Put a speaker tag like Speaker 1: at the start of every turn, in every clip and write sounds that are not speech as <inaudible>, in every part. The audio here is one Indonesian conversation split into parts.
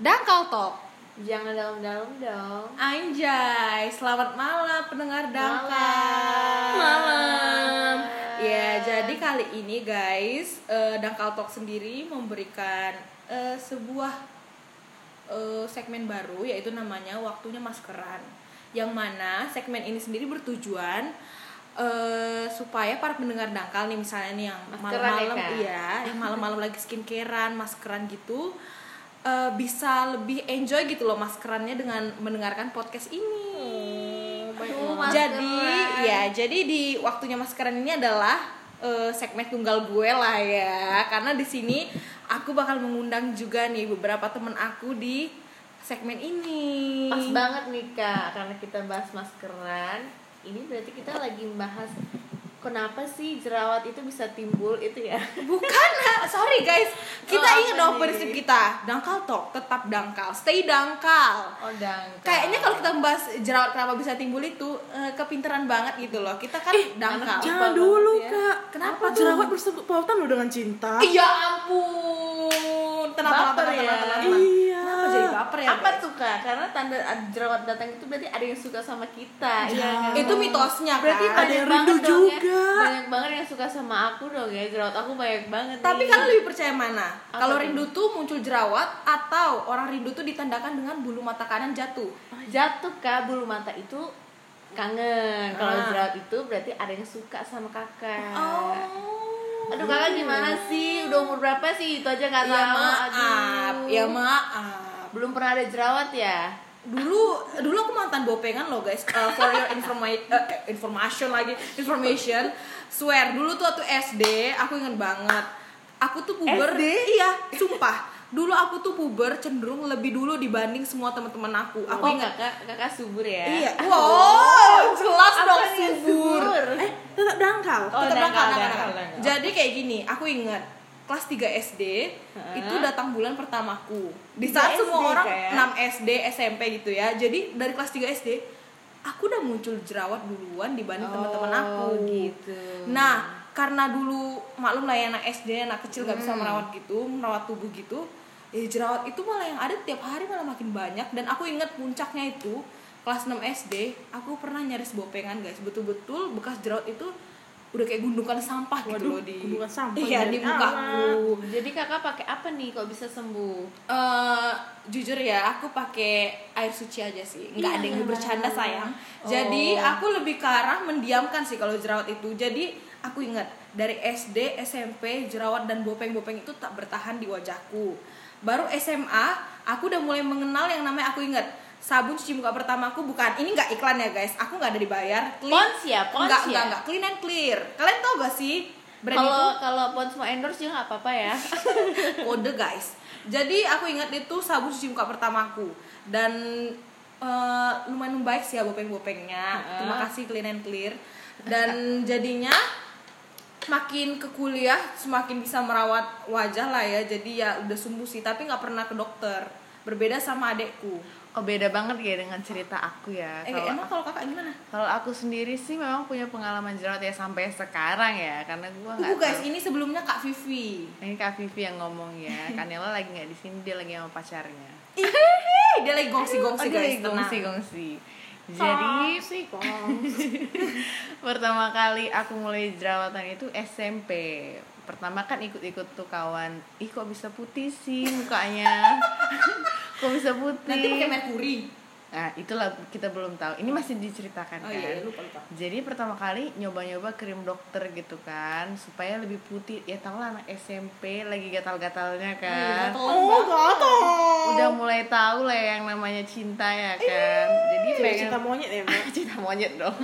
Speaker 1: Dangkal Talk.
Speaker 2: Jangan dalam-dalam dong.
Speaker 1: Anjay, selamat malam pendengar Dangkal.
Speaker 2: Malam.
Speaker 1: Ya, jadi kali ini guys, eh, Dangkal Talk sendiri memberikan eh, sebuah eh, segmen baru yaitu namanya waktunya maskeran. Yang mana segmen ini sendiri bertujuan eh, supaya para pendengar Dangkal nih misalnya nih yang
Speaker 2: Maskeran ya,
Speaker 1: malam-malam
Speaker 2: Kak?
Speaker 1: iya, yang malam-malam lagi skincarean, maskeran gitu eh, bisa lebih enjoy gitu loh maskerannya dengan mendengarkan podcast ini.
Speaker 2: Aduh, Oh, maskeran.
Speaker 1: Jadi ya, jadi di waktunya maskeran ini adalah eh, segmen tunggal gue lah ya. Karena di sini aku bakal mengundang juga nih beberapa temen aku di segmen ini.
Speaker 2: Pas banget nih kak, karena kita bahas maskeran. Ini berarti kita lagi membahas kenapa sih jerawat itu bisa timbul itu ya?
Speaker 1: Bukan, sorry guys. Kita
Speaker 2: Oh,
Speaker 1: ingat
Speaker 2: apa
Speaker 1: dong
Speaker 2: nih?
Speaker 1: prinsip kita. Dangkal talk, tetap dangkal, stay dangkal.
Speaker 2: Oh dangkal.
Speaker 1: Kayaknya kalau kita membahas jerawat kenapa bisa timbul itu eh, kepinteran banget gitu loh. Kita kan dangkal.
Speaker 2: Lupa
Speaker 3: Jangan
Speaker 2: banget
Speaker 3: dulu
Speaker 2: ya.
Speaker 3: kak.
Speaker 1: Kenapa tuh?
Speaker 3: Jerawat bersebut pautan lo dengan cinta.
Speaker 1: Ya ampun. Tenang, tenang,
Speaker 2: Baper
Speaker 1: tenang,
Speaker 2: ya.
Speaker 1: tenang, tenang, tenang.
Speaker 3: Iya.
Speaker 1: Kenapa jadi baper ya?
Speaker 2: Apa
Speaker 1: guys?
Speaker 2: tuh kak? Karena tanda ad- jerawat datang itu berarti ada yang suka sama kita.
Speaker 3: Ya.
Speaker 2: kan?
Speaker 1: Itu mitosnya kan.
Speaker 2: Berarti
Speaker 3: Ada
Speaker 2: banyak
Speaker 3: yang rindu
Speaker 2: banget dong ya.
Speaker 3: juga.
Speaker 2: Banyak banget yang suka sama aku dong ya. Jerawat aku banyak banget.
Speaker 1: Tapi
Speaker 2: nih.
Speaker 1: kalian lebih percaya mana?
Speaker 2: Apa
Speaker 1: Kalau
Speaker 2: tuh?
Speaker 1: rindu tuh muncul jerawat atau orang rindu tuh ditandakan dengan bulu mata kanan jatuh?
Speaker 2: jatuh kak bulu mata itu kangen kalau
Speaker 1: Ah.
Speaker 2: jerawat itu berarti ada yang suka sama kakak
Speaker 1: Oh.
Speaker 2: aduh kakak gimana sih udah umur berapa sih itu aja nggak
Speaker 1: Ya
Speaker 2: tahu
Speaker 1: maaf,
Speaker 2: aduh.
Speaker 1: ya maaf.
Speaker 2: belum pernah ada jerawat ya
Speaker 1: dulu dulu aku mantan bopengan loh guys Uh, for your informa- uh, information lagi information swear dulu tuh waktu SD aku ingat banget aku tuh
Speaker 3: Eh,
Speaker 1: puber iya sumpah dulu aku tuh puber cenderung lebih dulu dibanding semua teman-teman aku aku
Speaker 2: oh
Speaker 1: ingat
Speaker 2: kakak kakak subur ya
Speaker 1: iya wow jelas
Speaker 2: Apa
Speaker 1: dong
Speaker 2: nih,
Speaker 1: subur
Speaker 3: Eh, tetap dangkal.
Speaker 2: Oh,
Speaker 1: tetap dangkal,
Speaker 2: dangkal,
Speaker 1: dangkal,
Speaker 2: dangkal,
Speaker 1: dangkal.
Speaker 2: dangkal.
Speaker 1: Jadi kayak gini, aku inget kelas 3 SD itu datang bulan pertamaku. Di
Speaker 2: 3
Speaker 1: saat semua
Speaker 2: SD
Speaker 1: orang
Speaker 2: kayak. ya?
Speaker 1: 6 SD, SMP gitu ya. Jadi dari kelas 3 SD aku udah muncul jerawat duluan dibanding teman-teman aku
Speaker 2: Oh, gitu.
Speaker 1: Nah, karena dulu maklum lah ya anak SD, anak kecil gak bisa
Speaker 3: Hmm.
Speaker 1: merawat gitu, merawat tubuh gitu. Ya jerawat itu malah yang ada tiap hari malah makin banyak dan aku inget puncaknya itu kelas 6 SD, aku pernah nyaris bopengan guys. Betul-betul bekas jerawat itu udah kayak gundukan sampah gitu
Speaker 3: Waduh,
Speaker 1: loh di
Speaker 3: gundukan sampah
Speaker 1: Iya, di
Speaker 3: dari
Speaker 1: muka
Speaker 3: awal.
Speaker 2: jadi kakak pakai apa nih kok bisa sembuh
Speaker 1: Eh, jujur ya, aku pakai air suci aja sih. Nggak ada yang bercanda sayang. Jadi aku lebih ke arah mendiamkan sih kalau jerawat itu. Jadi aku ingat dari SD, SMP, jerawat dan bopeng-bopeng itu tak bertahan di wajahku. Baru SMA, aku udah mulai mengenal yang namanya aku ingat sabun cuci muka pertamaku bukan ini nggak iklan ya guys aku nggak ada dibayar clean
Speaker 2: Pons ya, Pons
Speaker 1: nggak
Speaker 2: ya?
Speaker 1: nggak nggak clean and clear kalian tau gak sih brand itu
Speaker 2: kalau kalau Pons mau endorse juga nggak apa-apa
Speaker 1: <laughs>
Speaker 2: ya
Speaker 1: kode guys jadi aku ingat itu sabun cuci muka pertamaku dan eh, lumayan membaik sih ya bopeng-bopengnya terima kasih clean and clear dan <laughs> jadinya makin ke kuliah semakin bisa merawat wajah lah ya jadi ya udah sembuh sih tapi nggak pernah ke dokter berbeda sama adekku
Speaker 2: oh beda banget ya dengan cerita aku ya
Speaker 1: eh emang kalau kakak gimana
Speaker 2: Kalau aku sendiri sih memang punya pengalaman jerawat ya sampai sekarang ya karena gua
Speaker 1: Tunggu
Speaker 2: nggak
Speaker 1: guys
Speaker 2: tahu.
Speaker 1: ini sebelumnya kak
Speaker 2: <laughs>
Speaker 1: Vivi
Speaker 2: Ini Kak Vivi yang ngomong ya.
Speaker 1: <laughs>
Speaker 2: Kanela lagi nggak di sini, dia lagi sama pacarnya.
Speaker 1: Ih, dia lagi gongsi-gongsi
Speaker 2: Aduh,
Speaker 1: guys tenang.
Speaker 2: gongsi gongsi. Jadi
Speaker 3: sih kok.
Speaker 2: pertama kali aku mulai jerawatan itu SMP. Pertama kan ikut-ikut tuh kawan. Ih kok bisa putih sih
Speaker 1: <laughs>
Speaker 2: mukanya? kok bisa putih?
Speaker 1: nanti pakai merkuri
Speaker 2: Nah, itulah kita belum tahu. Ini masih diceritakan
Speaker 1: oh
Speaker 2: kan.
Speaker 1: iya lupa lupa
Speaker 2: Jadi pertama kali nyoba-nyoba krim dokter gitu kan supaya lebih putih. Ya tau lah anak SMP lagi
Speaker 1: iya,
Speaker 2: gatal-gatalnya kan.
Speaker 3: Oh, gatal.
Speaker 2: Udah mulai tahu lah ya yang namanya cinta ya kan.
Speaker 1: Iya,
Speaker 2: Jadi pengen
Speaker 3: Cinta monyet ya, Mbak.
Speaker 2: <laughs> cinta monyet dong.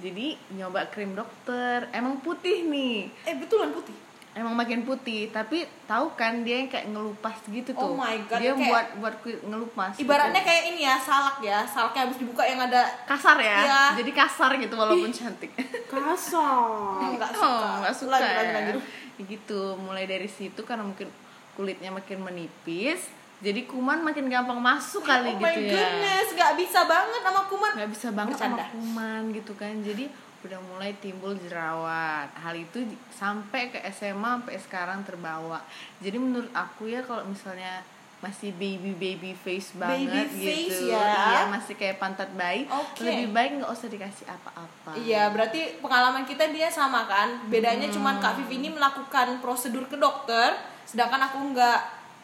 Speaker 2: Jadi nyoba krim dokter. Emang putih nih.
Speaker 1: eh betulan putih
Speaker 2: Emang makin putih, tapi tahu kan dia yang kayak ngelupas gitu
Speaker 1: Oh
Speaker 2: tuh.
Speaker 1: my God,
Speaker 2: Dia
Speaker 1: kayak-
Speaker 2: buat buat kulit ngelupas. gitu.
Speaker 1: Ibaratnya kayak ini ya, salak ya. Salaknya habis dibuka yang ada
Speaker 2: kasar ya.
Speaker 1: Iya.
Speaker 2: Jadi kasar gitu walaupun cantik. <laughs>
Speaker 3: Kasar.
Speaker 1: enggak suka.
Speaker 2: Oh, nggak suka
Speaker 1: Lanjut, lanjut,
Speaker 2: ya.
Speaker 1: lanjut.
Speaker 2: Ya gitu mulai dari situ karena mungkin kulitnya makin menipis jadi kuman makin gampang masuk
Speaker 1: oh
Speaker 2: kali
Speaker 1: my
Speaker 2: gitu ya
Speaker 1: goodness, nggak bisa banget sama kuman.
Speaker 2: nggak bisa banget
Speaker 1: Bercanda.
Speaker 2: sama kuman gitu kan jadi udah mulai timbul jerawat hal itu di- sampai ke SMA sampai sekarang terbawa jadi menurut aku ya kalau misalnya masih baby baby face banget
Speaker 1: Baby face
Speaker 2: gitu
Speaker 1: ya.
Speaker 2: iya masih kayak pantat bayi
Speaker 1: Oke.
Speaker 2: lebih baik nggak usah dikasih apa-apa
Speaker 1: Iya, berarti pengalaman kita dia sama kan. Bedanya
Speaker 2: Hmm.
Speaker 1: cuman Kak Vivi ini melakukan prosedur ke dokter, sedangkan aku enggak.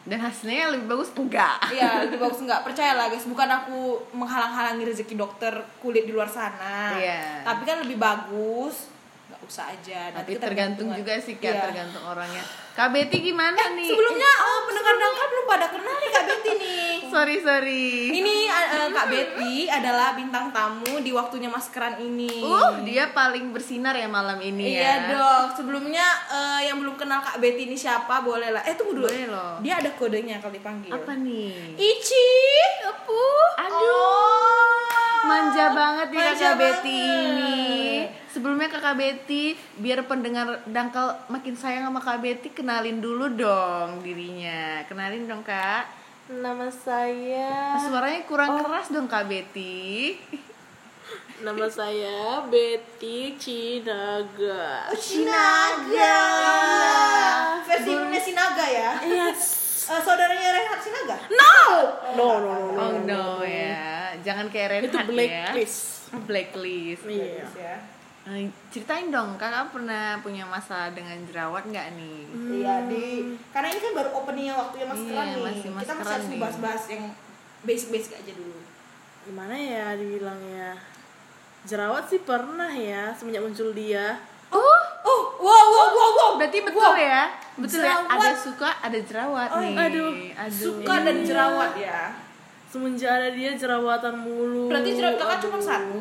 Speaker 2: dan hasilnya lebih bagus enggak <laughs>
Speaker 1: Iya, lebih bagus enggak percaya lah guys. Bukan aku menghalang-halangi rezeki dokter kulit di luar sana.
Speaker 2: Iya.
Speaker 1: Tapi kan lebih bagus. Enggak usah aja. Nanti
Speaker 2: tapi
Speaker 1: kita
Speaker 2: tergantung
Speaker 1: hitungan.
Speaker 2: juga sih
Speaker 1: Iya.
Speaker 2: kayak tergantung orangnya Kak Betty gimana nih Eh,
Speaker 1: Sebelumnya oh, pendengar dangka belum pada kenal nih Kak Betty nih.
Speaker 2: sorry sorry
Speaker 1: Ini eh, Kak Betty adalah bintang tamu di waktunya maskeran ini.
Speaker 2: uh dia paling bersinar ya malam ini
Speaker 1: Iya
Speaker 2: ya
Speaker 1: dok. Sebelumnya eh, yang belum kenal Kak Betty ini siapa boleh lah. Eh tunggu dulu.
Speaker 2: Boleh loh.
Speaker 1: Dia ada kodenya kalau dipanggil.
Speaker 2: apa nih
Speaker 1: Ici, Epu. Oh.
Speaker 2: manja banget nih
Speaker 1: Manja
Speaker 2: kakak Betty
Speaker 1: banget.
Speaker 2: ini sebelumnya kakak Betty biar pendengar dangkal makin sayang sama kak Betty kenalin dulu dong dirinya kenalin dong kak
Speaker 3: Nama saya
Speaker 2: suaranya kurang keras dong kak Betty
Speaker 3: Nama saya Betty Cinaga.
Speaker 1: Sinaga. Versi Indonesia Sinaga ya. Eh, saudaranya Renhat Sinaga.
Speaker 2: Nah.
Speaker 3: No, no, no, no.
Speaker 2: oh no ya jangan kayak
Speaker 3: Itu
Speaker 2: Renhat ya
Speaker 3: blacklist.
Speaker 2: blacklist
Speaker 3: Iya.
Speaker 1: Ya.
Speaker 2: Eh, ceritain dong kakak pernah punya masalah dengan jerawat nggak nih
Speaker 1: Iya di karena ini kan baru openingnya waktunya maskeran
Speaker 2: Iya,
Speaker 1: nih.
Speaker 2: masih
Speaker 1: Kita masih
Speaker 2: maskeran
Speaker 1: harus
Speaker 2: nih.
Speaker 1: bahas-bahas yang basic-basic aja dulu.
Speaker 3: Gimana ya dibilangnya? Jerawat sih pernah ya semenjak muncul dia.
Speaker 2: oh
Speaker 1: Oh, wow, wow, wow, wow.
Speaker 2: berarti betul
Speaker 1: Wow.
Speaker 2: ya betul ya ada
Speaker 1: Jerawat.
Speaker 2: suka ada jerawat
Speaker 1: Oh,
Speaker 2: nih
Speaker 3: aduh.
Speaker 1: Suka dan
Speaker 2: Iya.
Speaker 1: jerawat ya.
Speaker 3: Semenjak ada dia jerawatan mulu.
Speaker 1: Berarti jerawat kakak cuma
Speaker 3: Aduh.
Speaker 1: satu.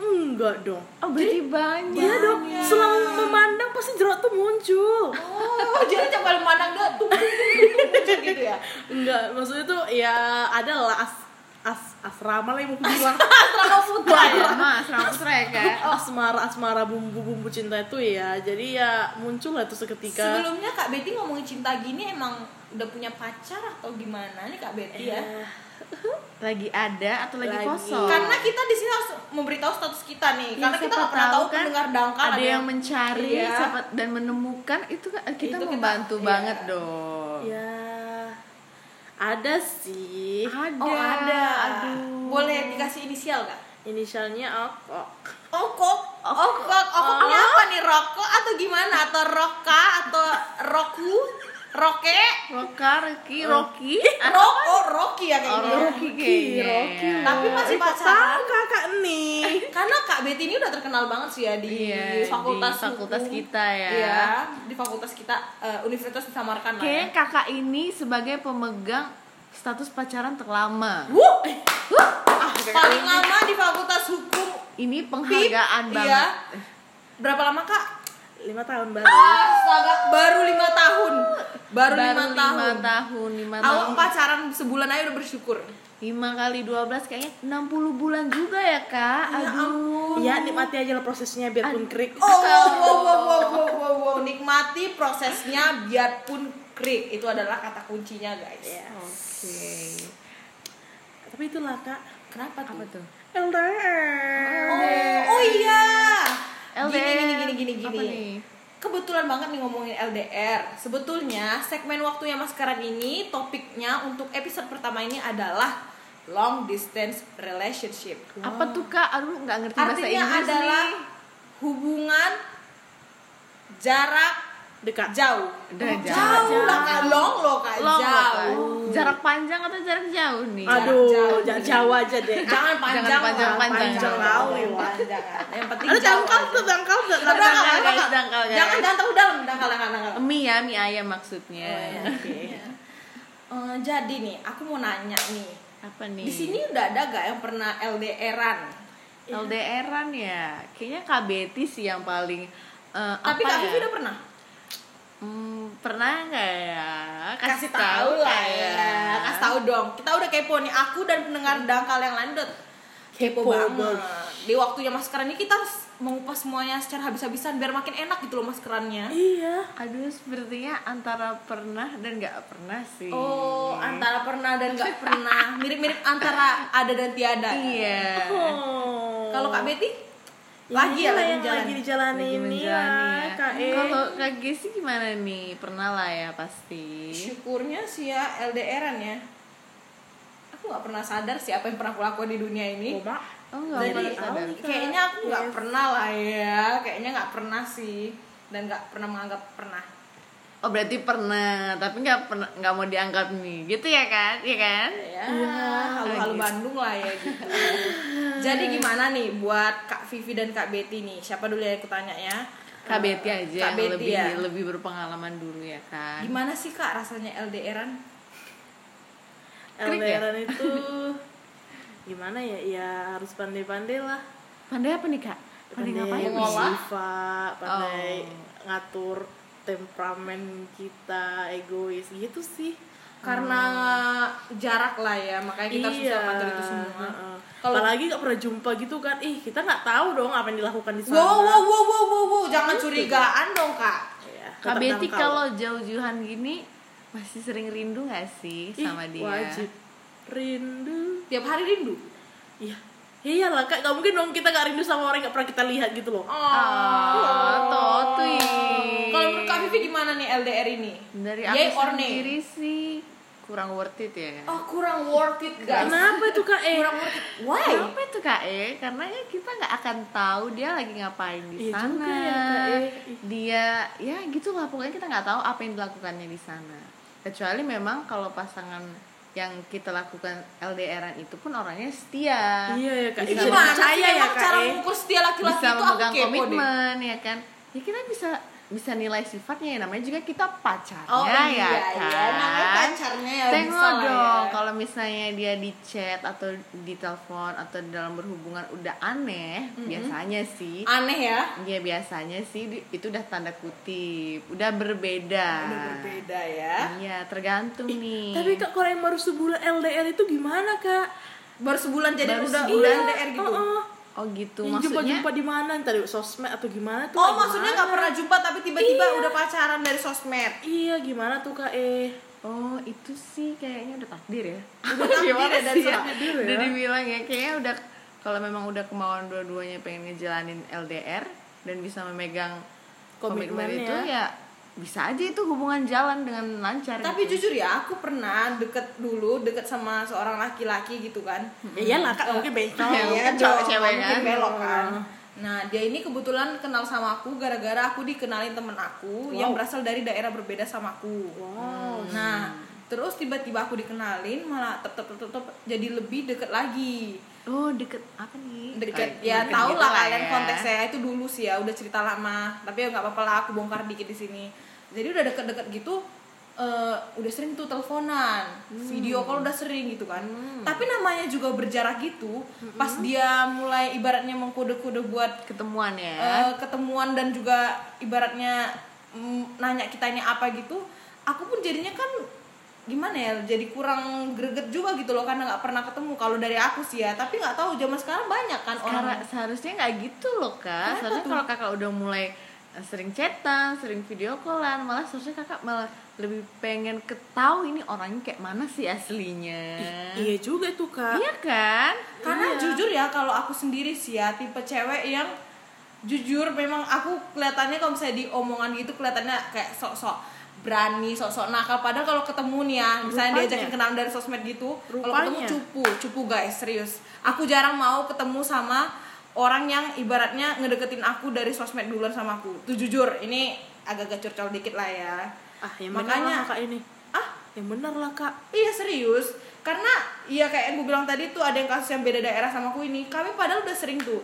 Speaker 3: Enggak dong.
Speaker 2: oh berarti banyak
Speaker 3: Iya dong, selama memandang pasti jerawat tuh muncul.
Speaker 1: Oh, <laughs> jadi tiap kali mandang dia tuh tung, tung, tung, tung, tung, gitu ya.
Speaker 3: Enggak, maksudnya tuh ya ada lah as, as, asrama lah yang
Speaker 1: <laughs>
Speaker 3: mau bilang. Oh,
Speaker 1: Asrama putra ya.
Speaker 2: Asrama, asrama putra ya kak
Speaker 3: asmara asmara bumbu bumbu cinta itu ya jadi ya muncul lah tuh
Speaker 1: <laughs>
Speaker 3: seketika
Speaker 1: Sebelumnya Kak Betty ngomongin cinta gini emang udah punya pacar atau gimana nih Kak Betty ya?
Speaker 3: Iya.
Speaker 2: Eh. lagi ada atau lagi,
Speaker 3: Lagi.
Speaker 2: kosong
Speaker 1: Karena kita di sini harus memberitahu status kita nih.
Speaker 2: Iya,
Speaker 1: karena kita
Speaker 2: siapa
Speaker 1: nggak pernah tahu
Speaker 2: kan
Speaker 1: pendengar dangkal
Speaker 2: ada yang mencari
Speaker 1: Iya.
Speaker 2: siapa- dan menemukan itu kan kita
Speaker 1: Itu kita-
Speaker 2: membantu
Speaker 1: iya.
Speaker 2: banget dong
Speaker 3: ya ada sih
Speaker 2: ada
Speaker 1: Oh ada.
Speaker 2: aduh
Speaker 1: Boleh dikasih inisial gak?
Speaker 3: inisialnya Okok
Speaker 1: Okok,
Speaker 2: Oh,
Speaker 1: okok, okoknya apa Oh, nih rokok atau gimana atau roka atau roku, roke,
Speaker 2: Roka, Rocky,
Speaker 1: Eh. <laughs>
Speaker 2: Rocky
Speaker 1: roko, roki ya
Speaker 2: Oh,
Speaker 1: kayak gitu.
Speaker 2: Rocky kayaknya
Speaker 3: Rocky.
Speaker 1: Tapi masih pacaran.
Speaker 3: tahu kakak nih
Speaker 1: Karena Kak Betty ini udah terkenal banget sih ya di
Speaker 2: Iya,
Speaker 1: fakultas
Speaker 2: di fakultas
Speaker 1: hukum.
Speaker 2: kita ya.
Speaker 1: Iya, di fakultas kita eh, Universitas Disamarkan lah.
Speaker 2: Kayaknya
Speaker 1: Ya.
Speaker 2: kakak ini sebagai pemegang status pacaran terlama.
Speaker 1: Wuh,
Speaker 2: Ah,
Speaker 1: paling lama di fakultas hukum.
Speaker 2: Ini
Speaker 1: PIP,
Speaker 2: penghargaan
Speaker 1: iya.
Speaker 2: banget.
Speaker 1: Berapa lama Kak?
Speaker 3: lima tahun baru
Speaker 1: Astaga, baru lima tahun. Baru, lima
Speaker 2: lima
Speaker 1: tahun.
Speaker 2: tahun, lima
Speaker 1: Awak
Speaker 2: tahun.
Speaker 1: pacaran sebulan aja udah bersyukur.
Speaker 2: Lima kali 12 kayaknya 60 bulan juga ya, Kak. Aduh.
Speaker 3: ya nikmati aja lah prosesnya biar pun krik
Speaker 1: Oh, wow, wow, wow, wow, wow, wow, wow. nikmati prosesnya biarpun krik itu adalah kata kuncinya guys.
Speaker 3: Iya.
Speaker 2: Oke.
Speaker 3: tapi itulah kak
Speaker 1: Kenapa tuh?
Speaker 2: Apa tuh?
Speaker 3: LDR
Speaker 1: Oh, oh iya. Gini
Speaker 2: LDR.
Speaker 1: gini gini gini
Speaker 2: Apa
Speaker 1: gini.
Speaker 2: nih?
Speaker 1: Kebetulan banget nih ngomongin LDR. Sebetulnya segmen waktunya maskeran ini topiknya untuk episode pertama ini adalah long distance relationship.
Speaker 2: Apa tuh, Kak? Aduh, nggak ngerti bahasa
Speaker 1: Artinya
Speaker 2: Inggris
Speaker 1: adalah
Speaker 2: nih.
Speaker 1: hubungan jarak
Speaker 3: dekat
Speaker 1: jauh.
Speaker 2: Udah,
Speaker 1: jauh,
Speaker 2: jarak
Speaker 1: lah Kak. long loh kak
Speaker 2: Long,
Speaker 1: jauh.
Speaker 2: Kak. Jarak panjang atau jarak jauh nih?
Speaker 3: aduh
Speaker 1: jauh.
Speaker 3: jangan Jawa aja deh
Speaker 1: Jangan panjang, lah.
Speaker 2: panjang, panjang.
Speaker 1: jauh,
Speaker 3: Jauh, Wak.
Speaker 1: jangan. Yang penting
Speaker 3: ada
Speaker 1: jauh.
Speaker 3: dangkal tuh dangkal tuh
Speaker 1: Dangkal,
Speaker 2: Dangkal,
Speaker 1: dangkal,
Speaker 2: guys, dangkal, guys.
Speaker 1: Jangan dangkal dalam, dangkal, dangkal, dangkal.
Speaker 2: Mie ya, mie ayam maksudnya.
Speaker 1: Oh, iya. Eh, jadi nih, aku mau nanya nih.
Speaker 2: Apa nih?
Speaker 1: Di sini iya. udah ada gak yang pernah LDRan?
Speaker 2: LDRan ya, kayaknya Kak Betty sih yang paling eh,
Speaker 1: Tapi
Speaker 2: apa
Speaker 1: Kak
Speaker 2: ya?
Speaker 1: Vivi udah pernah?
Speaker 2: Hmm, pernah nggak ya?
Speaker 1: kasih tahu lah ya kasih tahu dong kita udah kepo nih aku dan pendengar dangkal yang lain udah kepo,
Speaker 3: Kepo
Speaker 1: banget
Speaker 3: banget.
Speaker 1: di waktunya maskeran ini kita harus mengupas semuanya secara habis-habisan biar makin enak gitu loh maskerannya
Speaker 3: iya
Speaker 2: Aduh, sepertinya antara pernah dan nggak pernah sih.
Speaker 1: oh antara pernah dan nggak pernah mirip-mirip antara ada dan tiada
Speaker 2: Iya.
Speaker 3: oh.
Speaker 1: kalau kak Betty Lagi ya,
Speaker 3: lah
Speaker 1: lagi
Speaker 3: yang
Speaker 1: menjalani.
Speaker 3: lagi dijalani
Speaker 2: Lagi
Speaker 3: ini
Speaker 2: menjalani
Speaker 3: lah
Speaker 2: ya.
Speaker 3: KE
Speaker 2: Kalau Kak Gesi gimana nih? Pernah lah ya pasti.
Speaker 1: syukurnya sih ya LDRan ya aku nggak pernah sadar sih apa yang pernah aku lakukan di dunia ini
Speaker 3: Boba.
Speaker 2: Oh enggak
Speaker 1: Jadi, oh,
Speaker 2: pernah sadar.
Speaker 3: awal-
Speaker 1: kayaknya aku nggak pernah lah ya kayaknya nggak pernah sih dan nggak pernah menganggap pernah
Speaker 2: Oh berarti pernah, tapi nggak pernah nggak mau dianggap nih, gitu ya kan? Iya kan?
Speaker 1: ya halu-halu Bandung lah ya <laughs> gitu jadi gimana nih buat Kak Vivi dan Kak Betty nih siapa dulu yang aku tanya ya
Speaker 2: Kak Betty
Speaker 1: Kak
Speaker 2: aja yang
Speaker 1: Betty
Speaker 2: lebih
Speaker 1: ya.
Speaker 2: lebih berpengalaman dulu ya kan.
Speaker 1: gimana sih Kak rasanya LDRan
Speaker 2: Krik ya?
Speaker 3: LDRan itu gimana ya ya harus pandai-pandai lah
Speaker 2: Pandai apa nih kak? Pandai ngapain?
Speaker 1: mengolah?
Speaker 3: Siva, pandai
Speaker 2: Oh.
Speaker 3: ngatur temperamen kita egois gitu sih
Speaker 1: karena jarak lah ya makanya kita susah ngatur itu semua
Speaker 3: Iya, heeh.
Speaker 1: Kalau-
Speaker 3: apalagi nggak pernah jumpa gitu kan ih kita nggak tahu dong apa yang dilakukan di sana
Speaker 1: wow wow wow wow wow, wow. jangan curigaan dong Kak
Speaker 3: Ya,
Speaker 2: Kak
Speaker 3: tetap
Speaker 2: Betty
Speaker 3: dangkal.
Speaker 2: kalau jauh-jauhan gini masih sering rindu nggak sih
Speaker 3: Ih,
Speaker 2: sama dia?
Speaker 3: wajib rindu
Speaker 1: tiap hari rindu
Speaker 3: iya iyalah kak nggak mungkin dong kita nggak rindu sama orang yang nggak pernah kita lihat gitu loh
Speaker 2: Oh,
Speaker 1: Ah,
Speaker 2: Totui.
Speaker 1: Kalau menurut Kak Vivi gimana nih LDR ini?
Speaker 2: Dari
Speaker 1: Yay
Speaker 2: aku
Speaker 1: or nay?
Speaker 2: sendiri sih kurang worth it ya.
Speaker 1: Oh kurang worth it guys.
Speaker 3: kenapa tuh kak eh
Speaker 1: Kurang worth it. Why?
Speaker 2: Kenapa itu Kak E? Karena ya kita nggak akan tahu dia lagi ngapain di
Speaker 3: Iya
Speaker 2: sana.
Speaker 3: juga ya, Kak E.
Speaker 2: Dia ya gitulah pokoknya kita nggak tahu apa yang dilakukannya di sana. Kecuali memang kalau pasangan yang kita lakukan LDRan itu pun orangnya setia.
Speaker 3: Iya ya, Kak E.
Speaker 2: Bisa,
Speaker 3: Jadi
Speaker 1: Gimana sih
Speaker 3: percaya ya,
Speaker 1: emang
Speaker 3: Kak
Speaker 1: cara
Speaker 3: E?
Speaker 1: mengukur setia laki-laki
Speaker 2: eh. bisa
Speaker 1: itu aku
Speaker 2: memegang
Speaker 1: kepo deh.
Speaker 2: komitmen ya kan. Ya kita bisa bisa nilai sifatnya ya namanya juga kita pacarnya
Speaker 1: Oh iya,
Speaker 2: ya
Speaker 1: iya,
Speaker 2: kan.
Speaker 1: namanya pacarnya ya bisa
Speaker 2: Tengok
Speaker 1: lah
Speaker 2: dong
Speaker 1: ya.
Speaker 2: kalau misalnya dia di chat atau di telepon atau dalam berhubungan udah aneh, biasanya sih.
Speaker 1: Aneh ya.
Speaker 2: Dia biasanya sih di- itu udah tanda kutip, udah berbeda.
Speaker 1: Udah berbeda ya.
Speaker 2: Iya, tergantung nih.
Speaker 3: Tapi kak kalau yang baru sebulan LDR itu gimana kak? Iya,
Speaker 1: Baru sebulan jadi
Speaker 2: Baru
Speaker 1: udah
Speaker 2: sebulan.
Speaker 1: udah LDR gitu. Oh,
Speaker 3: Heeh.
Speaker 2: oh gitu
Speaker 3: Yang
Speaker 2: maksudnya.
Speaker 3: jumpa-jumpa di mana? Tadi sosmed atau gimana tuh? Kayak
Speaker 1: Oh, maksudnya nggak
Speaker 3: gimana?
Speaker 1: pernah jumpa tapi tiba-tiba
Speaker 3: Iya.
Speaker 1: udah pacaran dari sosmed.
Speaker 3: Iya gimana tuh kak eh?
Speaker 2: Oh itu sih kayaknya udah <laughs> takdir ya.
Speaker 1: Udah takdir
Speaker 2: Gimana
Speaker 1: ya, dan
Speaker 2: sih ya?
Speaker 1: takdir ya.
Speaker 2: Udah dibilang ya kayaknya udah kalau memang udah kemauan dua-duanya pengen ngejalanin LDR dan bisa memegang komitmen
Speaker 3: Komitmennya.
Speaker 2: itu ya bisa aja itu hubungan jalan dengan lancar. <laughs>
Speaker 1: Tapi
Speaker 2: gitu.
Speaker 1: jujur ya, aku pernah deket dulu deket sama seorang laki-laki gitu kan.
Speaker 3: Ya iyalah kak mungkin
Speaker 1: <laughs>
Speaker 2: Ya,
Speaker 3: bencong.
Speaker 1: Iya
Speaker 2: mungkin
Speaker 1: dong,
Speaker 2: cewek-cewek
Speaker 1: mungkin
Speaker 2: kan.
Speaker 1: belok kan. Nah, dia ini kebetulan kenal sama aku gara-gara aku dikenalin temen aku yang berasal dari daerah berbeda sama aku. Nah, terus tiba-tiba aku dikenalin malah tetep tetep tetep jadi lebih deket lagi.
Speaker 2: Oh deket apa nih?
Speaker 1: Deket
Speaker 2: Kayak
Speaker 1: ya
Speaker 2: deket
Speaker 1: tau
Speaker 2: gitu
Speaker 1: lah kalian
Speaker 2: ya.
Speaker 1: konteks saya itu dulu sih ya, udah cerita lama. Tapi ya nggak apa-apa lah aku bongkar dikit di sini. Jadi udah deket-deket gitu eh, udah sering tuh teleponan,
Speaker 2: Hmm.
Speaker 1: video call udah sering gitu kan. Tapi namanya juga berjarak gitu. Pas
Speaker 2: Hmm.
Speaker 1: dia mulai ibaratnya mengkode-kode buat
Speaker 2: ketemuan ya.
Speaker 1: eh, ketemuan dan juga ibaratnya mm, nanya kitanya apa gitu, aku pun jadinya kan gimana ya jadi kurang greget juga gitu loh karena nggak pernah ketemu kalau dari aku sih ya tapi nggak tahu zaman sekarang banyak kan
Speaker 2: Karena
Speaker 1: orang
Speaker 2: seharusnya nggak gitu loh kak. Seharusnya kalau kakak udah mulai eh, sering chatan, sering video callan, malah seharusnya kakak malah lebih pengen ketahui ini orangnya kayak mana sih aslinya.
Speaker 3: Iya juga tuh kak.
Speaker 2: Iya kan?
Speaker 3: Iya.
Speaker 1: karena jujur ya kalau aku sendiri sih ya tipe cewek yang jujur memang aku kelihatannya kalau misalnya di omongan gitu kelihatannya kayak sok-sok berani sok-sok nakal padahal kalau ketemu nih ya misalnya
Speaker 3: Rupanya.
Speaker 1: diajakin kenalan dari sosmed gitu kalau ketemu
Speaker 3: Rupanya.
Speaker 1: cupu cupu guys serius aku jarang mau ketemu sama orang yang ibaratnya ngedeketin aku dari sosmed duluan sama aku tuh jujur ini agak-agak curcol dikit lah ya
Speaker 3: Ah yang benar
Speaker 1: Makanya-
Speaker 3: lah kak ini.
Speaker 1: ah
Speaker 3: Yang benar lah kak.
Speaker 1: Iya serius, karena iya kayak yang gue bilang tadi tuh ada yang kasus yang beda daerah sama aku ini. Kami padahal udah sering tuh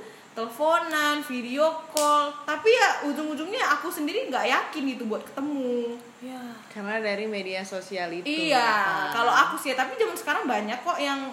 Speaker 1: teleponan, video call, tapi ya ujung-ujungnya aku sendiri nggak yakin gitu buat ketemu.
Speaker 3: Ya.
Speaker 2: Karena dari media sosial itu.
Speaker 1: iya,
Speaker 2: Kak.
Speaker 1: kalau aku sih, ya, tapi zaman sekarang banyak kok yang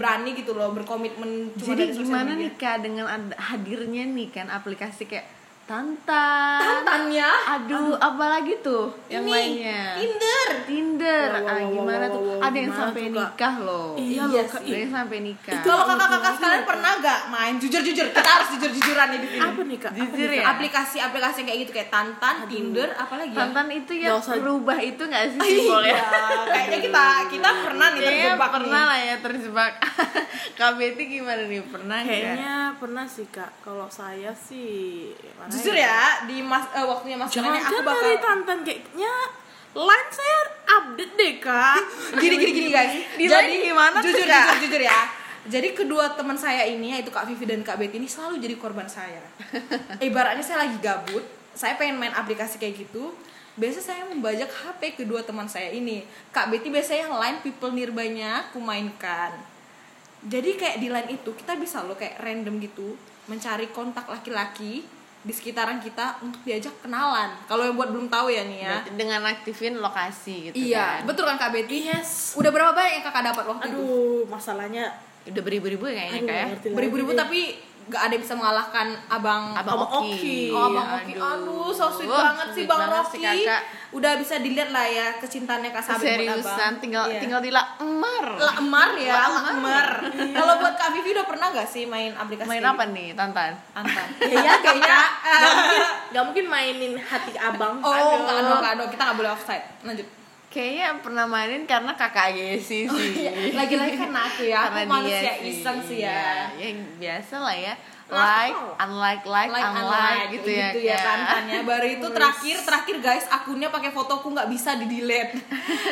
Speaker 1: berani gitu loh berkomitmen. cuma
Speaker 2: Jadi
Speaker 1: dari sosial
Speaker 2: gimana
Speaker 1: media.
Speaker 2: nih kak dengan ad- hadirnya nih kan aplikasi kayak Tantan.
Speaker 1: Tantannya
Speaker 2: Aduh,
Speaker 3: Ah.
Speaker 2: apalagi tuh yang
Speaker 1: ini,
Speaker 2: mainnya?
Speaker 1: Tinder.
Speaker 2: Tinder.
Speaker 3: Wow, wow,
Speaker 2: ah,
Speaker 3: wow,
Speaker 2: gimana
Speaker 3: wow,
Speaker 2: tuh?
Speaker 3: wow,
Speaker 2: Ada yang
Speaker 3: gimana
Speaker 2: sampai
Speaker 3: tuh, Kak?
Speaker 2: nikah loh.
Speaker 3: Iya
Speaker 1: Iya
Speaker 3: loh
Speaker 1: sih.
Speaker 3: kak.
Speaker 2: Ada yang sampai nikah.
Speaker 3: Itu
Speaker 1: Kalau kakak-kakak sekalian pernah gak main jujur-jujur? Kita harus jujur-jujuran nih di sini.
Speaker 3: Apa nih kak? Apa
Speaker 2: Jujur
Speaker 3: nih, Kak?
Speaker 2: ya?
Speaker 1: Aplikasi-aplikasi kayak gitu kayak Tantan, Tinder, apalagi ya?
Speaker 2: Tantan itu yang
Speaker 3: Nggak usah-
Speaker 2: berubah itu nggak sih
Speaker 1: Iya,
Speaker 2: simbolnya?
Speaker 1: kayaknya kita kita pernah nih
Speaker 2: Kayaknya
Speaker 1: terjebak
Speaker 2: Iya, pernah
Speaker 1: nih.
Speaker 2: lah ya terjebak. <laughs> Kak Betty gimana nih? Pernah nggak?
Speaker 3: Kayaknya pernah sih kak. Kalau saya sih. mana
Speaker 1: Jujur ya, di mas, eh, waktunya mas
Speaker 3: Jangan
Speaker 1: Melani, aku
Speaker 3: kan
Speaker 1: bakal
Speaker 3: dari Tantan kayaknya line saya update deh kak.
Speaker 1: <laughs> gini gini gini guys.
Speaker 2: Di
Speaker 1: Jadi
Speaker 2: lain gimana tuh,
Speaker 1: jujur,
Speaker 2: Kak?
Speaker 1: jujur jujur ya. Jadi kedua teman saya ini yaitu Kak Vivi dan Kak Betty ini selalu jadi korban
Speaker 2: <laughs>
Speaker 1: saya. Ibaratnya saya lagi gabut, saya pengen main aplikasi kayak gitu. Biasa saya membajak HP kedua teman saya ini. Kak Betty biasanya yang lain people nearby-nya aku mainkan. Jadi kayak di line itu kita bisa loh kayak random gitu mencari kontak laki-laki di sekitaran kita untuk diajak kenalan. Kalau yang buat belum tahu ya nih ya.
Speaker 2: Dengan aktifin lokasi gitu
Speaker 1: Iya,
Speaker 2: kan?
Speaker 1: betul kan Kak Betty?
Speaker 3: Yes.
Speaker 1: Udah berapa banyak yang kakak dapat waktu itu?
Speaker 3: Aduh masalahnya.
Speaker 2: Udah beribu-ribu ya kayaknya
Speaker 3: Aduh,
Speaker 2: kayak.
Speaker 3: ngerti lagi
Speaker 1: Beribu-ribu
Speaker 3: deh.
Speaker 1: tapi gak ada yang bisa mengalahkan abang.
Speaker 2: Abang,
Speaker 3: Abang
Speaker 2: Oki.
Speaker 3: Oki.
Speaker 1: Oh, Abang Oki. Aduh, so sweet
Speaker 2: Wah,
Speaker 1: banget sih
Speaker 2: sweet
Speaker 1: Bang
Speaker 2: banget
Speaker 1: Rocky.
Speaker 2: sih, Kakak.
Speaker 1: Udah bisa dilihat lah ya kecintaannya Kak Sabi buat
Speaker 2: Seriusan,
Speaker 1: Abang.
Speaker 2: tinggal
Speaker 1: Iya.
Speaker 2: tinggal dilamar.
Speaker 1: Lamar ya, lamar. Kalau buat Kak Vivi udah pernah gak sih main aplikasi?
Speaker 2: Main
Speaker 1: kayak
Speaker 2: apa nih, Tantan?
Speaker 1: gitu? Antan.
Speaker 3: Ya, ya kayaknya nggak mungkin, nggak mungkin mainin hati abang.
Speaker 1: Oh, enggak ada, enggak ada. Kita gak boleh offside. Lanjut.
Speaker 2: Kayaknya pernah mainin karena kakak Yesi sih.
Speaker 1: Lagi-lagi karena aku ya, aku
Speaker 2: Iya. Karena dia
Speaker 1: manusia
Speaker 2: sih,
Speaker 1: iseng sih ya.
Speaker 2: iya. Yang biasa lah ya.
Speaker 3: Lah,
Speaker 2: Like,
Speaker 3: oh.
Speaker 2: unlike, like,
Speaker 1: like
Speaker 2: unlike,
Speaker 1: unlike
Speaker 2: gitu, ya.
Speaker 1: ya
Speaker 2: Kak.
Speaker 1: tantannya baru itu terakhir terakhir guys akunnya pakai fotoku nggak bisa di
Speaker 2: <laughs>
Speaker 1: delete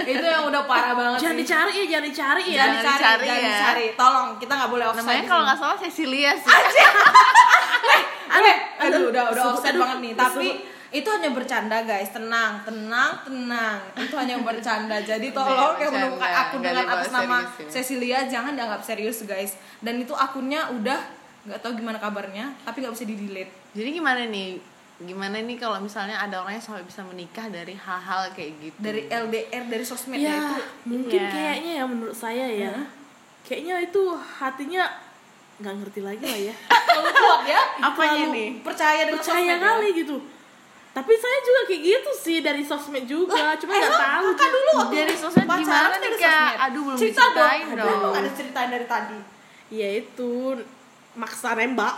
Speaker 1: itu yang udah parah banget
Speaker 3: Jangan
Speaker 1: sih
Speaker 3: dicari ya, jangan dicari ya.
Speaker 1: jangan
Speaker 2: Jangan
Speaker 1: dicari
Speaker 2: dicari
Speaker 1: jangan
Speaker 2: ya.
Speaker 1: dicari tolong kita nggak boleh offside di
Speaker 2: Namanya kalau
Speaker 1: sini.
Speaker 2: nggak salah Cecilia sih.
Speaker 1: Weh, Eh, aduh,
Speaker 3: aduh,
Speaker 1: udah udah
Speaker 3: disebut,
Speaker 1: offside
Speaker 3: aduh,
Speaker 1: banget nih tapi itu hanya bercanda guys tenang tenang tenang itu hanya bercanda jadi tolong yang
Speaker 2: Iya, bercanda.
Speaker 1: menemukan aku
Speaker 2: Nggak
Speaker 1: dengan
Speaker 2: dibawa
Speaker 1: atas nama
Speaker 2: serius ya.
Speaker 1: Cecilia jangan dianggap serius guys dan itu akunnya udah nggak tahu gimana kabarnya tapi nggak bisa di delete
Speaker 2: Jadi gimana nih? Gimana nih kalau misalnya ada orang yang sampai bisa menikah dari hal-hal kayak gitu?
Speaker 1: dari LDR dari sosmed
Speaker 3: Ya,
Speaker 1: itu
Speaker 3: mungkin
Speaker 2: Iya.
Speaker 3: kayaknya ya menurut saya ya. Kayaknya itu hatinya nggak ngerti lagi lah ya.
Speaker 1: terlalu kuat ya
Speaker 2: Apanya
Speaker 1: Terlalu
Speaker 2: nih?
Speaker 1: percaya dengan
Speaker 3: Percaya
Speaker 1: sosmed ya?
Speaker 3: kali gitu. Tapi saya juga kayak gitu sih dari sosmed
Speaker 2: Ah,
Speaker 3: juga, cuma nggak
Speaker 1: Emang
Speaker 3: tahu.
Speaker 1: kakak eh, dulu waktu
Speaker 2: Dari sosmed
Speaker 1: pacaran
Speaker 2: gimana
Speaker 1: dari
Speaker 2: nih, Kak?
Speaker 1: sosmed?
Speaker 2: Aduh, belum
Speaker 1: cerita
Speaker 2: diceritain
Speaker 1: dong,
Speaker 2: dong.
Speaker 1: Aduh, nggak ada ceritain dari tadi
Speaker 3: Ya itu maksa nembak.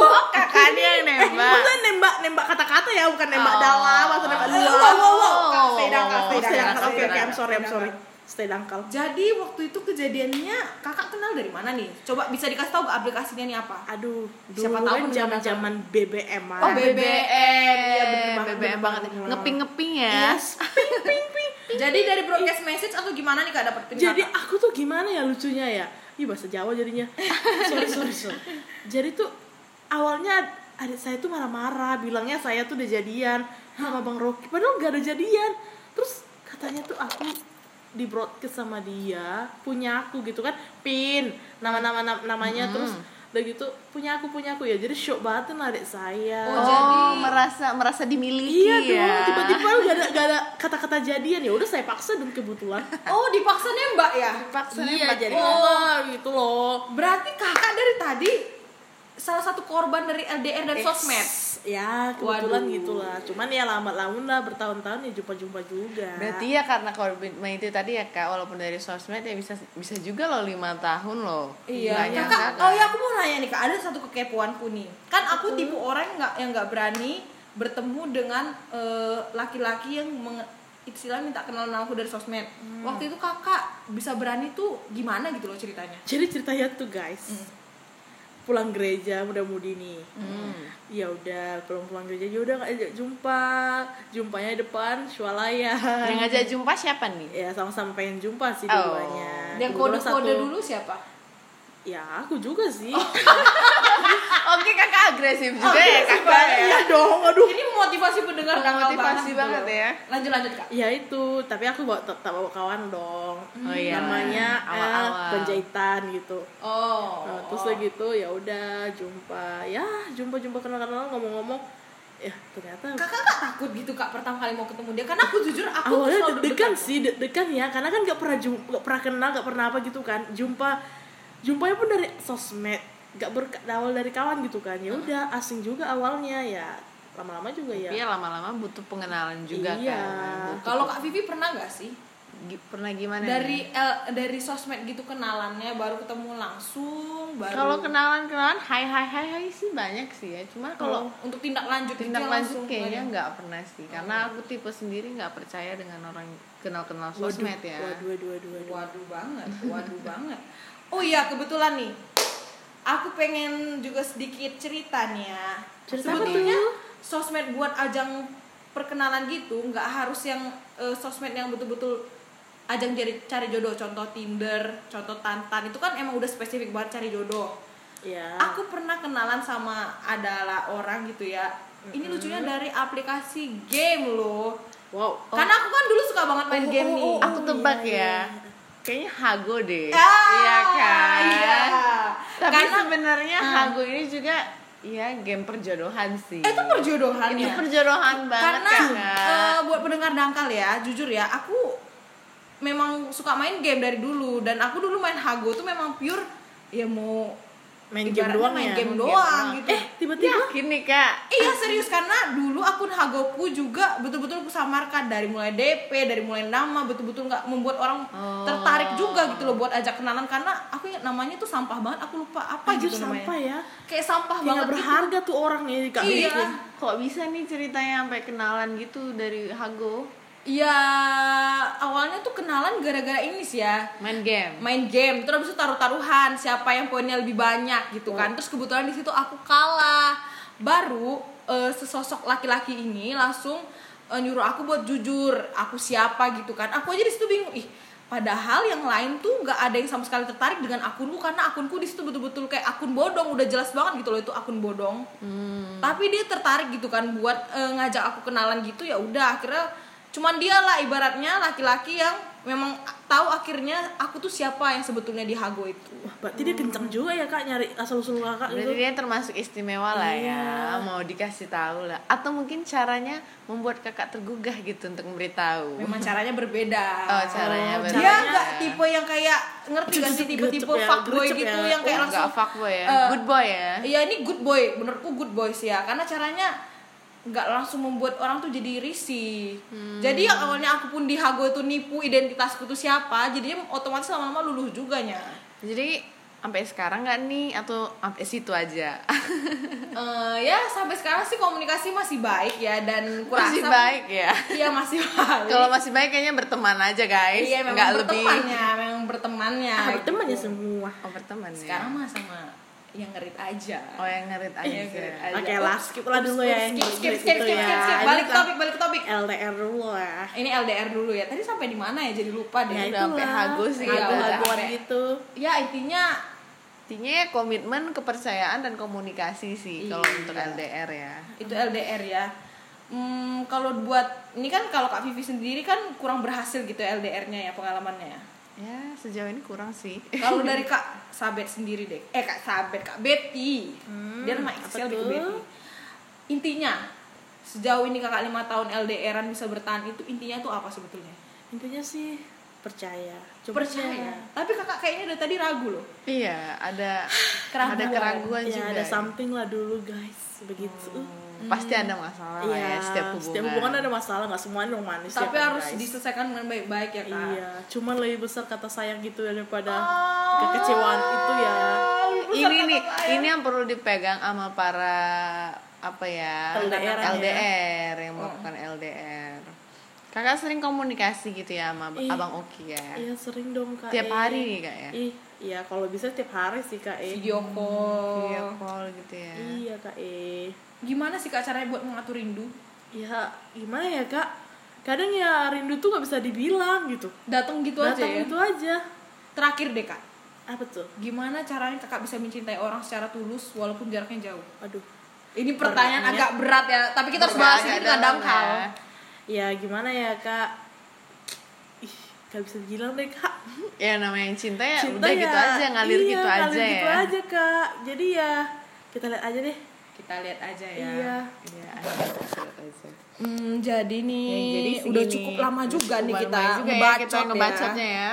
Speaker 1: wah
Speaker 2: kakaknya yang nembak.
Speaker 3: <laughs> Maksudnya nembak nembak kata-kata ya, bukan nembak
Speaker 2: Oh.
Speaker 3: dalam atau nembak
Speaker 1: wow
Speaker 3: dua.
Speaker 1: wow wow Kak,
Speaker 2: Oh,
Speaker 1: stay down Kak,
Speaker 2: wow,
Speaker 1: stay down,
Speaker 2: wow,
Speaker 3: Oh, stay
Speaker 2: Stay
Speaker 1: Kak,
Speaker 3: dangkal,
Speaker 2: dangkal,
Speaker 3: oke
Speaker 1: stay
Speaker 3: oke,
Speaker 1: down.
Speaker 3: I'm sorry, I'm sorry. Stay dangkal.
Speaker 1: jadi waktu itu kejadiannya kakak kenal dari mana nih coba bisa dikasih tahu nggak aplikasinya nih apa
Speaker 3: Aduh, dulu
Speaker 1: Siapa tahu
Speaker 3: kan
Speaker 1: beneran
Speaker 3: zaman-zaman BBM
Speaker 1: Oh,
Speaker 3: ah.
Speaker 1: BBM.
Speaker 2: Iya, bener
Speaker 3: banget,
Speaker 2: banget,
Speaker 3: bener
Speaker 2: BBM banget.
Speaker 3: banget. Iya
Speaker 2: Ngeping-ngeping ya.
Speaker 3: Yes.
Speaker 1: jadi dari broadcast message atau gimana nih kak dapetin
Speaker 3: Jadi
Speaker 1: kakak?
Speaker 3: aku tuh gimana ya lucunya ya? Ih bahasa Jawa jadinya. sorry, sorry, sorry. Jadi tuh awalnya adik saya tuh marah-marah, bilangnya saya tuh udah jadian sama Bang Rocky. Padahal nggak ada jadian. Terus katanya tuh aku di broadcast sama dia, punya aku gitu kan. Pin, nama-nama nam- namanya terus udah gitu punya aku punya aku ya. Jadi shock banget lah adik saya.
Speaker 1: Oh,
Speaker 2: Oh,
Speaker 1: jadi-
Speaker 2: merasa merasa dimiliki
Speaker 3: Iya
Speaker 2: ya.
Speaker 3: dong, tiba-tiba gak ada, gak ada kata-kata jadian ya udah saya paksa dan kebetulan
Speaker 1: oh dipaksa nembak ya
Speaker 2: Dipaksa
Speaker 3: Iya
Speaker 2: nembak.
Speaker 3: jadi
Speaker 2: Oh.
Speaker 3: oh, gitu loh
Speaker 1: berarti kakak dari tadi salah satu korban dari LDR dan sosmed
Speaker 3: Ya kebetulan
Speaker 1: Waduh.
Speaker 3: gitu lah Cuman ya lambat laun lah bertahun-tahun ya jumpa-jumpa juga
Speaker 2: Berarti ya karena komitmen itu tadi ya kak, walaupun dari sosmed ya bisa bisa juga loh lima tahun loh. Nggak
Speaker 1: Iya,
Speaker 2: nyangka,
Speaker 1: kakak.
Speaker 2: kan?
Speaker 1: Oh ya aku mau nanya nih kak, ada satu kekepoanku nih. Kan aku tipe orang yang nggak yang nggak berani bertemu dengan eh, laki-laki yang menge- istilah minta kenal nama aku dari sosmed. Waktu itu kakak bisa berani tuh gimana gitu loh ceritanya?
Speaker 3: Jadi ceritanya tuh guys Pulang gereja muda-mudi nih
Speaker 2: Hmm.
Speaker 3: Ya udah pulang-pulang gereja ya udah ngajak jumpa Jumpanya depan
Speaker 2: Yang
Speaker 3: swalayan
Speaker 2: ngajak jumpa siapa
Speaker 1: Iya.
Speaker 2: nih?
Speaker 3: Ya sama-sama pengen jumpa sih
Speaker 2: Oh.
Speaker 3: duanya
Speaker 1: Yang
Speaker 3: Kebetulan
Speaker 1: kode-kode
Speaker 3: satu-
Speaker 1: Nah, dulu siapa?
Speaker 3: Ya aku juga sih
Speaker 2: Ah, Oke kakak agresif
Speaker 1: Oh,
Speaker 2: juga ya kakak
Speaker 3: Iya
Speaker 2: ya.
Speaker 3: dong aduh
Speaker 1: Ini motivasi pendengar nakal
Speaker 2: Motivasi
Speaker 1: gitu
Speaker 2: banget
Speaker 1: loh.
Speaker 2: ya.
Speaker 1: Lanjut lanjut kak.
Speaker 3: Ya itu, tapi aku bawa tetap bawa kawan dong. Hmm.
Speaker 2: Oh iya.
Speaker 3: Namanya eh,
Speaker 2: Awal-awal.
Speaker 3: penjahitan gitu.
Speaker 1: Oh.
Speaker 3: Nah, terus udah gitu ya udah jumpa, ya jumpa jumpa kenal kenal ngomong-ngomong, ya ternyata
Speaker 1: Kakak nggak takut gitu kak pertama kali mau ketemu dia? Karena aku jujur aku tuh
Speaker 3: awalnya
Speaker 1: selalu deg-degan.
Speaker 3: deg-degan sih, deg-degan ya, karena kan nggak pernah jumpa, nggak pernah kenal, nggak pernah apa gitu kan, jumpa jumpanya pun dari sosmed. nggak berawal dari kawan gitu kan ya udah asing juga awalnya ya lama-lama juga ya
Speaker 2: Tapi ya lama-lama butuh pengenalan juga
Speaker 3: Iya.
Speaker 2: kan. Butuh-
Speaker 1: Iya. Kalau Kak Vivi pernah nggak sih
Speaker 2: Gi- pernah gimana? nih?
Speaker 1: dari el- dari sosmed gitu kenalannya baru ketemu langsung baru
Speaker 2: kalau kenalan-kenalan hai hai hai hai sih banyak sih ya. Cuma kalau
Speaker 1: kalau untuk tindak lanjut Oh, itu
Speaker 2: tindak
Speaker 1: langsung Oh.
Speaker 2: lanjut kayaknya
Speaker 1: nggak
Speaker 2: nggak pernah sih. Karena aku tipe sendiri nggak percaya dengan orang kenal-kenal sosmed ya.
Speaker 3: waduh waduh waduh,
Speaker 1: ada.
Speaker 3: waduh.
Speaker 1: waduh
Speaker 2: <laughs>
Speaker 1: banget waduh banget oh iya kebetulan nih aku pengen juga sedikit cerita nih ya
Speaker 3: Cerita apa
Speaker 1: sebetulnya
Speaker 3: tuh?
Speaker 1: sosmed buat ajang perkenalan gitu nggak harus yang eh, sosmed yang betul-betul ajang cari cari jodoh contoh Tinder contoh Tantan itu kan emang udah spesifik banget cari jodoh
Speaker 3: ya
Speaker 1: aku pernah kenalan sama adalah orang gitu ya ini lucunya dari aplikasi game loh
Speaker 3: wow
Speaker 1: karena aku kan dulu suka banget main
Speaker 3: Oh,
Speaker 1: game
Speaker 3: oh,
Speaker 1: nih
Speaker 3: oh,
Speaker 2: Aku tebak
Speaker 3: iya,
Speaker 2: ya. Kayaknya Hago deh.
Speaker 1: Ah,
Speaker 2: iya kan?
Speaker 1: iya.
Speaker 2: Tapi
Speaker 1: Karena- Ah.
Speaker 2: sebenarnya Hago ini juga ya game perjodohan sih.
Speaker 1: Eh, itu perjodohan
Speaker 2: Itu
Speaker 1: ya?
Speaker 2: perjodohan banget
Speaker 1: karena
Speaker 2: kan.
Speaker 1: eh, buat pendengar dangkal ya jujur ya aku memang suka main game dari dulu dan aku dulu main Hago tuh memang pure ya mau
Speaker 3: main game
Speaker 1: ibaratnya
Speaker 3: doang
Speaker 1: main
Speaker 3: ya
Speaker 1: game
Speaker 2: Main game
Speaker 1: doang
Speaker 2: doang.
Speaker 1: gitu
Speaker 3: eh tiba-tiba
Speaker 2: Yakin nih kak.
Speaker 1: Iya serius karena dulu akun Hagoku juga betul-betul aku samarkan dari mulai DP, dari mulai nama betul-betul nggak membuat orang
Speaker 2: Oh.
Speaker 1: tertarik juga gitu loh buat ajak kenalan karena aku ingat namanya tuh sampah banget aku lupa apa
Speaker 3: anjir
Speaker 1: gitu namanya.
Speaker 3: sampah ya
Speaker 1: Kayak sampah banget
Speaker 3: Kayak
Speaker 1: gitu.
Speaker 3: nggak berharga tuh orang ya Kak
Speaker 1: Iya.
Speaker 3: Vivi.
Speaker 2: Kok bisa nih ceritanya sampai kenalan gitu dari Hago?
Speaker 1: gitu. Ya awalnya tuh kenalan gara-gara ini sih ya
Speaker 2: Main game.
Speaker 1: main game terus habis itu taruh-taruhan siapa yang poinnya lebih banyak gitu kan terus kebetulan di situ aku kalah baru eh, sesosok laki-laki ini langsung eh, nyuruh aku buat jujur aku siapa gitu kan aku aja di situ bingung ih padahal yang lain tuh nggak ada yang sama sekali tertarik dengan akunku karena akunku di situ betul-betul kayak akun bodong udah jelas banget gitu loh itu akun bodong
Speaker 2: Hmm.
Speaker 1: tapi dia tertarik gitu kan buat eh, ngajak aku kenalan gitu ya udah akhirnya cuman dia lah ibaratnya laki-laki yang memang tahu akhirnya aku tuh siapa yang sebetulnya di Hago itu
Speaker 3: Wah, berarti dia kenceng juga ya kak nyari asal usul kakak gitu.
Speaker 2: Berarti dia termasuk istimewa lah
Speaker 1: Iya.
Speaker 2: ya, mau dikasih tahu lah. Atau mungkin caranya membuat kakak tergugah gitu untuk memberitahu.
Speaker 1: memang caranya berbeda
Speaker 2: Hmm. Oh, caranya
Speaker 1: Oh,
Speaker 2: berbeda.
Speaker 1: dia nggak tipe yang kayak ngerti gak sih
Speaker 3: Gerucep,
Speaker 1: tipe-tipe
Speaker 3: gerucep ya,
Speaker 1: fuckboy
Speaker 3: gerucep
Speaker 1: gitu
Speaker 3: ya.
Speaker 1: yang kayak
Speaker 2: Enggak
Speaker 1: langsung
Speaker 2: fuckboy ya,
Speaker 1: eh,
Speaker 2: good boy ya.
Speaker 1: Iya ini good boy, menurutku good boy sih ya Karena caranya nggak langsung membuat orang tuh jadi risih
Speaker 2: Hmm.
Speaker 1: Jadi yang awalnya aku pun di Hago itu nipu identitasku tuh siapa Jadinya otomatis lama-lama luluh juganya
Speaker 2: Jadi sampai sekarang nggak nih atau sampai situ aja?
Speaker 1: <laughs> Eh, Ya sampai sekarang sih komunikasi masih baik ya Dan kurasa
Speaker 2: masih baik ya.
Speaker 1: Iya masih baik
Speaker 2: Kalau masih baik kayaknya berteman aja guys,
Speaker 1: Iya memang
Speaker 2: nggak lebih.
Speaker 1: bertemannya, memang bertemannya
Speaker 3: Ah, berteman ya
Speaker 1: gitu.
Speaker 3: semua.
Speaker 2: Oh berteman ya.
Speaker 1: Sekarang mah sama yang ngerit aja
Speaker 2: Oh yang ngerit aja.
Speaker 1: Yang ngerit aja.
Speaker 3: Oke lah, skip lah dulu ya. yang
Speaker 1: Iya, Skip, skip, skip,
Speaker 3: gitu
Speaker 1: skip, skip,
Speaker 3: ya.
Speaker 1: skip, skip.
Speaker 3: Ini
Speaker 1: Balik ke
Speaker 3: kan
Speaker 1: topik, balik ke topik
Speaker 3: LDR dulu ya. lah.
Speaker 1: Ini LDR dulu ya. Tadi sampai di mana ya? Jadi lupa deh.
Speaker 2: Ya,
Speaker 1: Ya,
Speaker 2: udah sampai
Speaker 3: Itulah,
Speaker 2: hago sih,
Speaker 1: ya udah
Speaker 3: Hago-hagoan
Speaker 1: sampai.
Speaker 3: gitu.
Speaker 1: intinya
Speaker 2: Intinya ya komitmen, kepercayaan dan komunikasi sih kalau
Speaker 1: Iya.
Speaker 2: untuk LDR ya.
Speaker 1: itu LDR ya. Hmm, kalau buat ini kan kalau Kak Vivi sendiri kan kurang berhasil gitu LDR-nya ya pengalamannya ya.
Speaker 2: Ya sejauh ini kurang sih.
Speaker 1: <laughs> Kalau dari Kak Sabet sendiri deh. Eh Kak Sabet, Kak Betty. Dia nama
Speaker 3: Hmm, apa
Speaker 1: Excel gitu
Speaker 3: tuh?
Speaker 1: Betty. Intinya sejauh ini Kakak lima tahun LDR-an bisa bertahan itu intinya tuh apa sebetulnya?
Speaker 3: Intinya sih percaya. ya, Coba
Speaker 1: Percaya. Tapi Kakak kayaknya dari tadi ragu loh.
Speaker 2: iya ada
Speaker 1: Keraguan. Iya,
Speaker 2: ada keraguan
Speaker 3: Ya,
Speaker 2: juga.
Speaker 3: ada something lah dulu guys, begitu. Iya,
Speaker 2: Pasti
Speaker 1: Hmm.
Speaker 2: ada
Speaker 1: Oh,
Speaker 2: masalah lah
Speaker 1: Iya,
Speaker 2: ya, setiap hubungan.
Speaker 3: ada masalah, nggak semuanya dong manis. ya
Speaker 1: Tapi
Speaker 3: kan,
Speaker 1: harus
Speaker 3: guys?
Speaker 1: diselesaikan dengan baik-baik ya, Kak.
Speaker 3: Iya, cuman lebih besar kata sayang gitu daripada
Speaker 1: Ah.
Speaker 3: kekecewaan itu ya.
Speaker 2: ini nih ini yang perlu dipegang sama para apa ya
Speaker 3: LDR ya.
Speaker 2: LDR, yang melakukan LDR kakak sering komunikasi gitu ya sama
Speaker 3: Ih.
Speaker 2: abang Oki ya
Speaker 3: Iya sering dong kak.
Speaker 2: tiap
Speaker 3: E.
Speaker 2: hari nih kak ya
Speaker 3: Ih, iya kalau bisa tiap hari sih kak E.
Speaker 1: video call.
Speaker 2: video call gitu ya
Speaker 3: Iya kak E.
Speaker 1: Gimana sih Kak caranya buat mengatur rindu?
Speaker 3: Ya gimana ya kak? Kadang ya rindu tuh nggak bisa dibilang gitu.
Speaker 1: Datang gitu aja ya.
Speaker 3: Datang itu aja.
Speaker 1: Terakhir deh Kak.
Speaker 3: Apa tuh?
Speaker 1: Gimana caranya Kakak bisa mencintai orang secara tulus walaupun jaraknya jauh?
Speaker 3: Aduh.
Speaker 1: Ini pertanyaan agak berat ya, tapi kita harus
Speaker 2: Nggak
Speaker 1: bahas
Speaker 2: ada
Speaker 1: ini dengan
Speaker 2: dalam
Speaker 1: dangkal.
Speaker 2: ya.
Speaker 3: Ya gimana ya kak? Ih, gak bisa dibilang deh kak.
Speaker 2: ya namanya cinta ya
Speaker 3: Cinta
Speaker 2: udah
Speaker 3: ya.
Speaker 2: gitu aja ngalir
Speaker 3: iya,
Speaker 2: gitu aja
Speaker 3: ngalir gitu
Speaker 2: ya
Speaker 3: aja kak. Jadi ya kita lihat aja deh.
Speaker 1: Kita lihat aja ya.
Speaker 3: Iya.
Speaker 2: Iya, aja, aja.
Speaker 1: Hmm, jadi nih
Speaker 2: Ya, jadi
Speaker 1: udah
Speaker 2: segini.
Speaker 1: cukup lama juga
Speaker 2: Cukup
Speaker 1: nih
Speaker 2: lama
Speaker 1: kita
Speaker 2: juga ya,
Speaker 1: ngebacot
Speaker 2: kita ngebacotnya ya.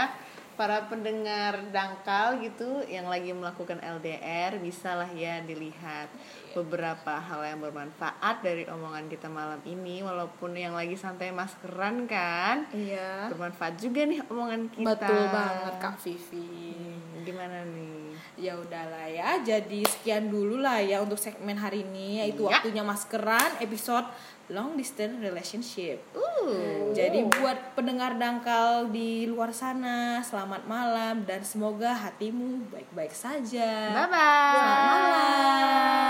Speaker 2: para pendengar dangkal gitu yang lagi melakukan LDR bisalah ya dilihat beberapa hal yang bermanfaat dari omongan kita malam ini walaupun yang lagi santai maskeran kan
Speaker 1: Iya.
Speaker 2: bermanfaat juga nih omongan kita
Speaker 1: Betul banget Kak Vivi.
Speaker 2: Hmm, gimana nih
Speaker 1: Ya udahlah ya. Jadi sekian dulu lah ya untuk segmen hari ini yaitu
Speaker 2: Ya.
Speaker 1: waktunya maskeran episode long distance relationship.
Speaker 2: uh
Speaker 1: Jadi buat pendengar dangkal di luar sana, selamat malam dan semoga hatimu baik-baik saja.
Speaker 2: bye bye
Speaker 1: Selamat malam.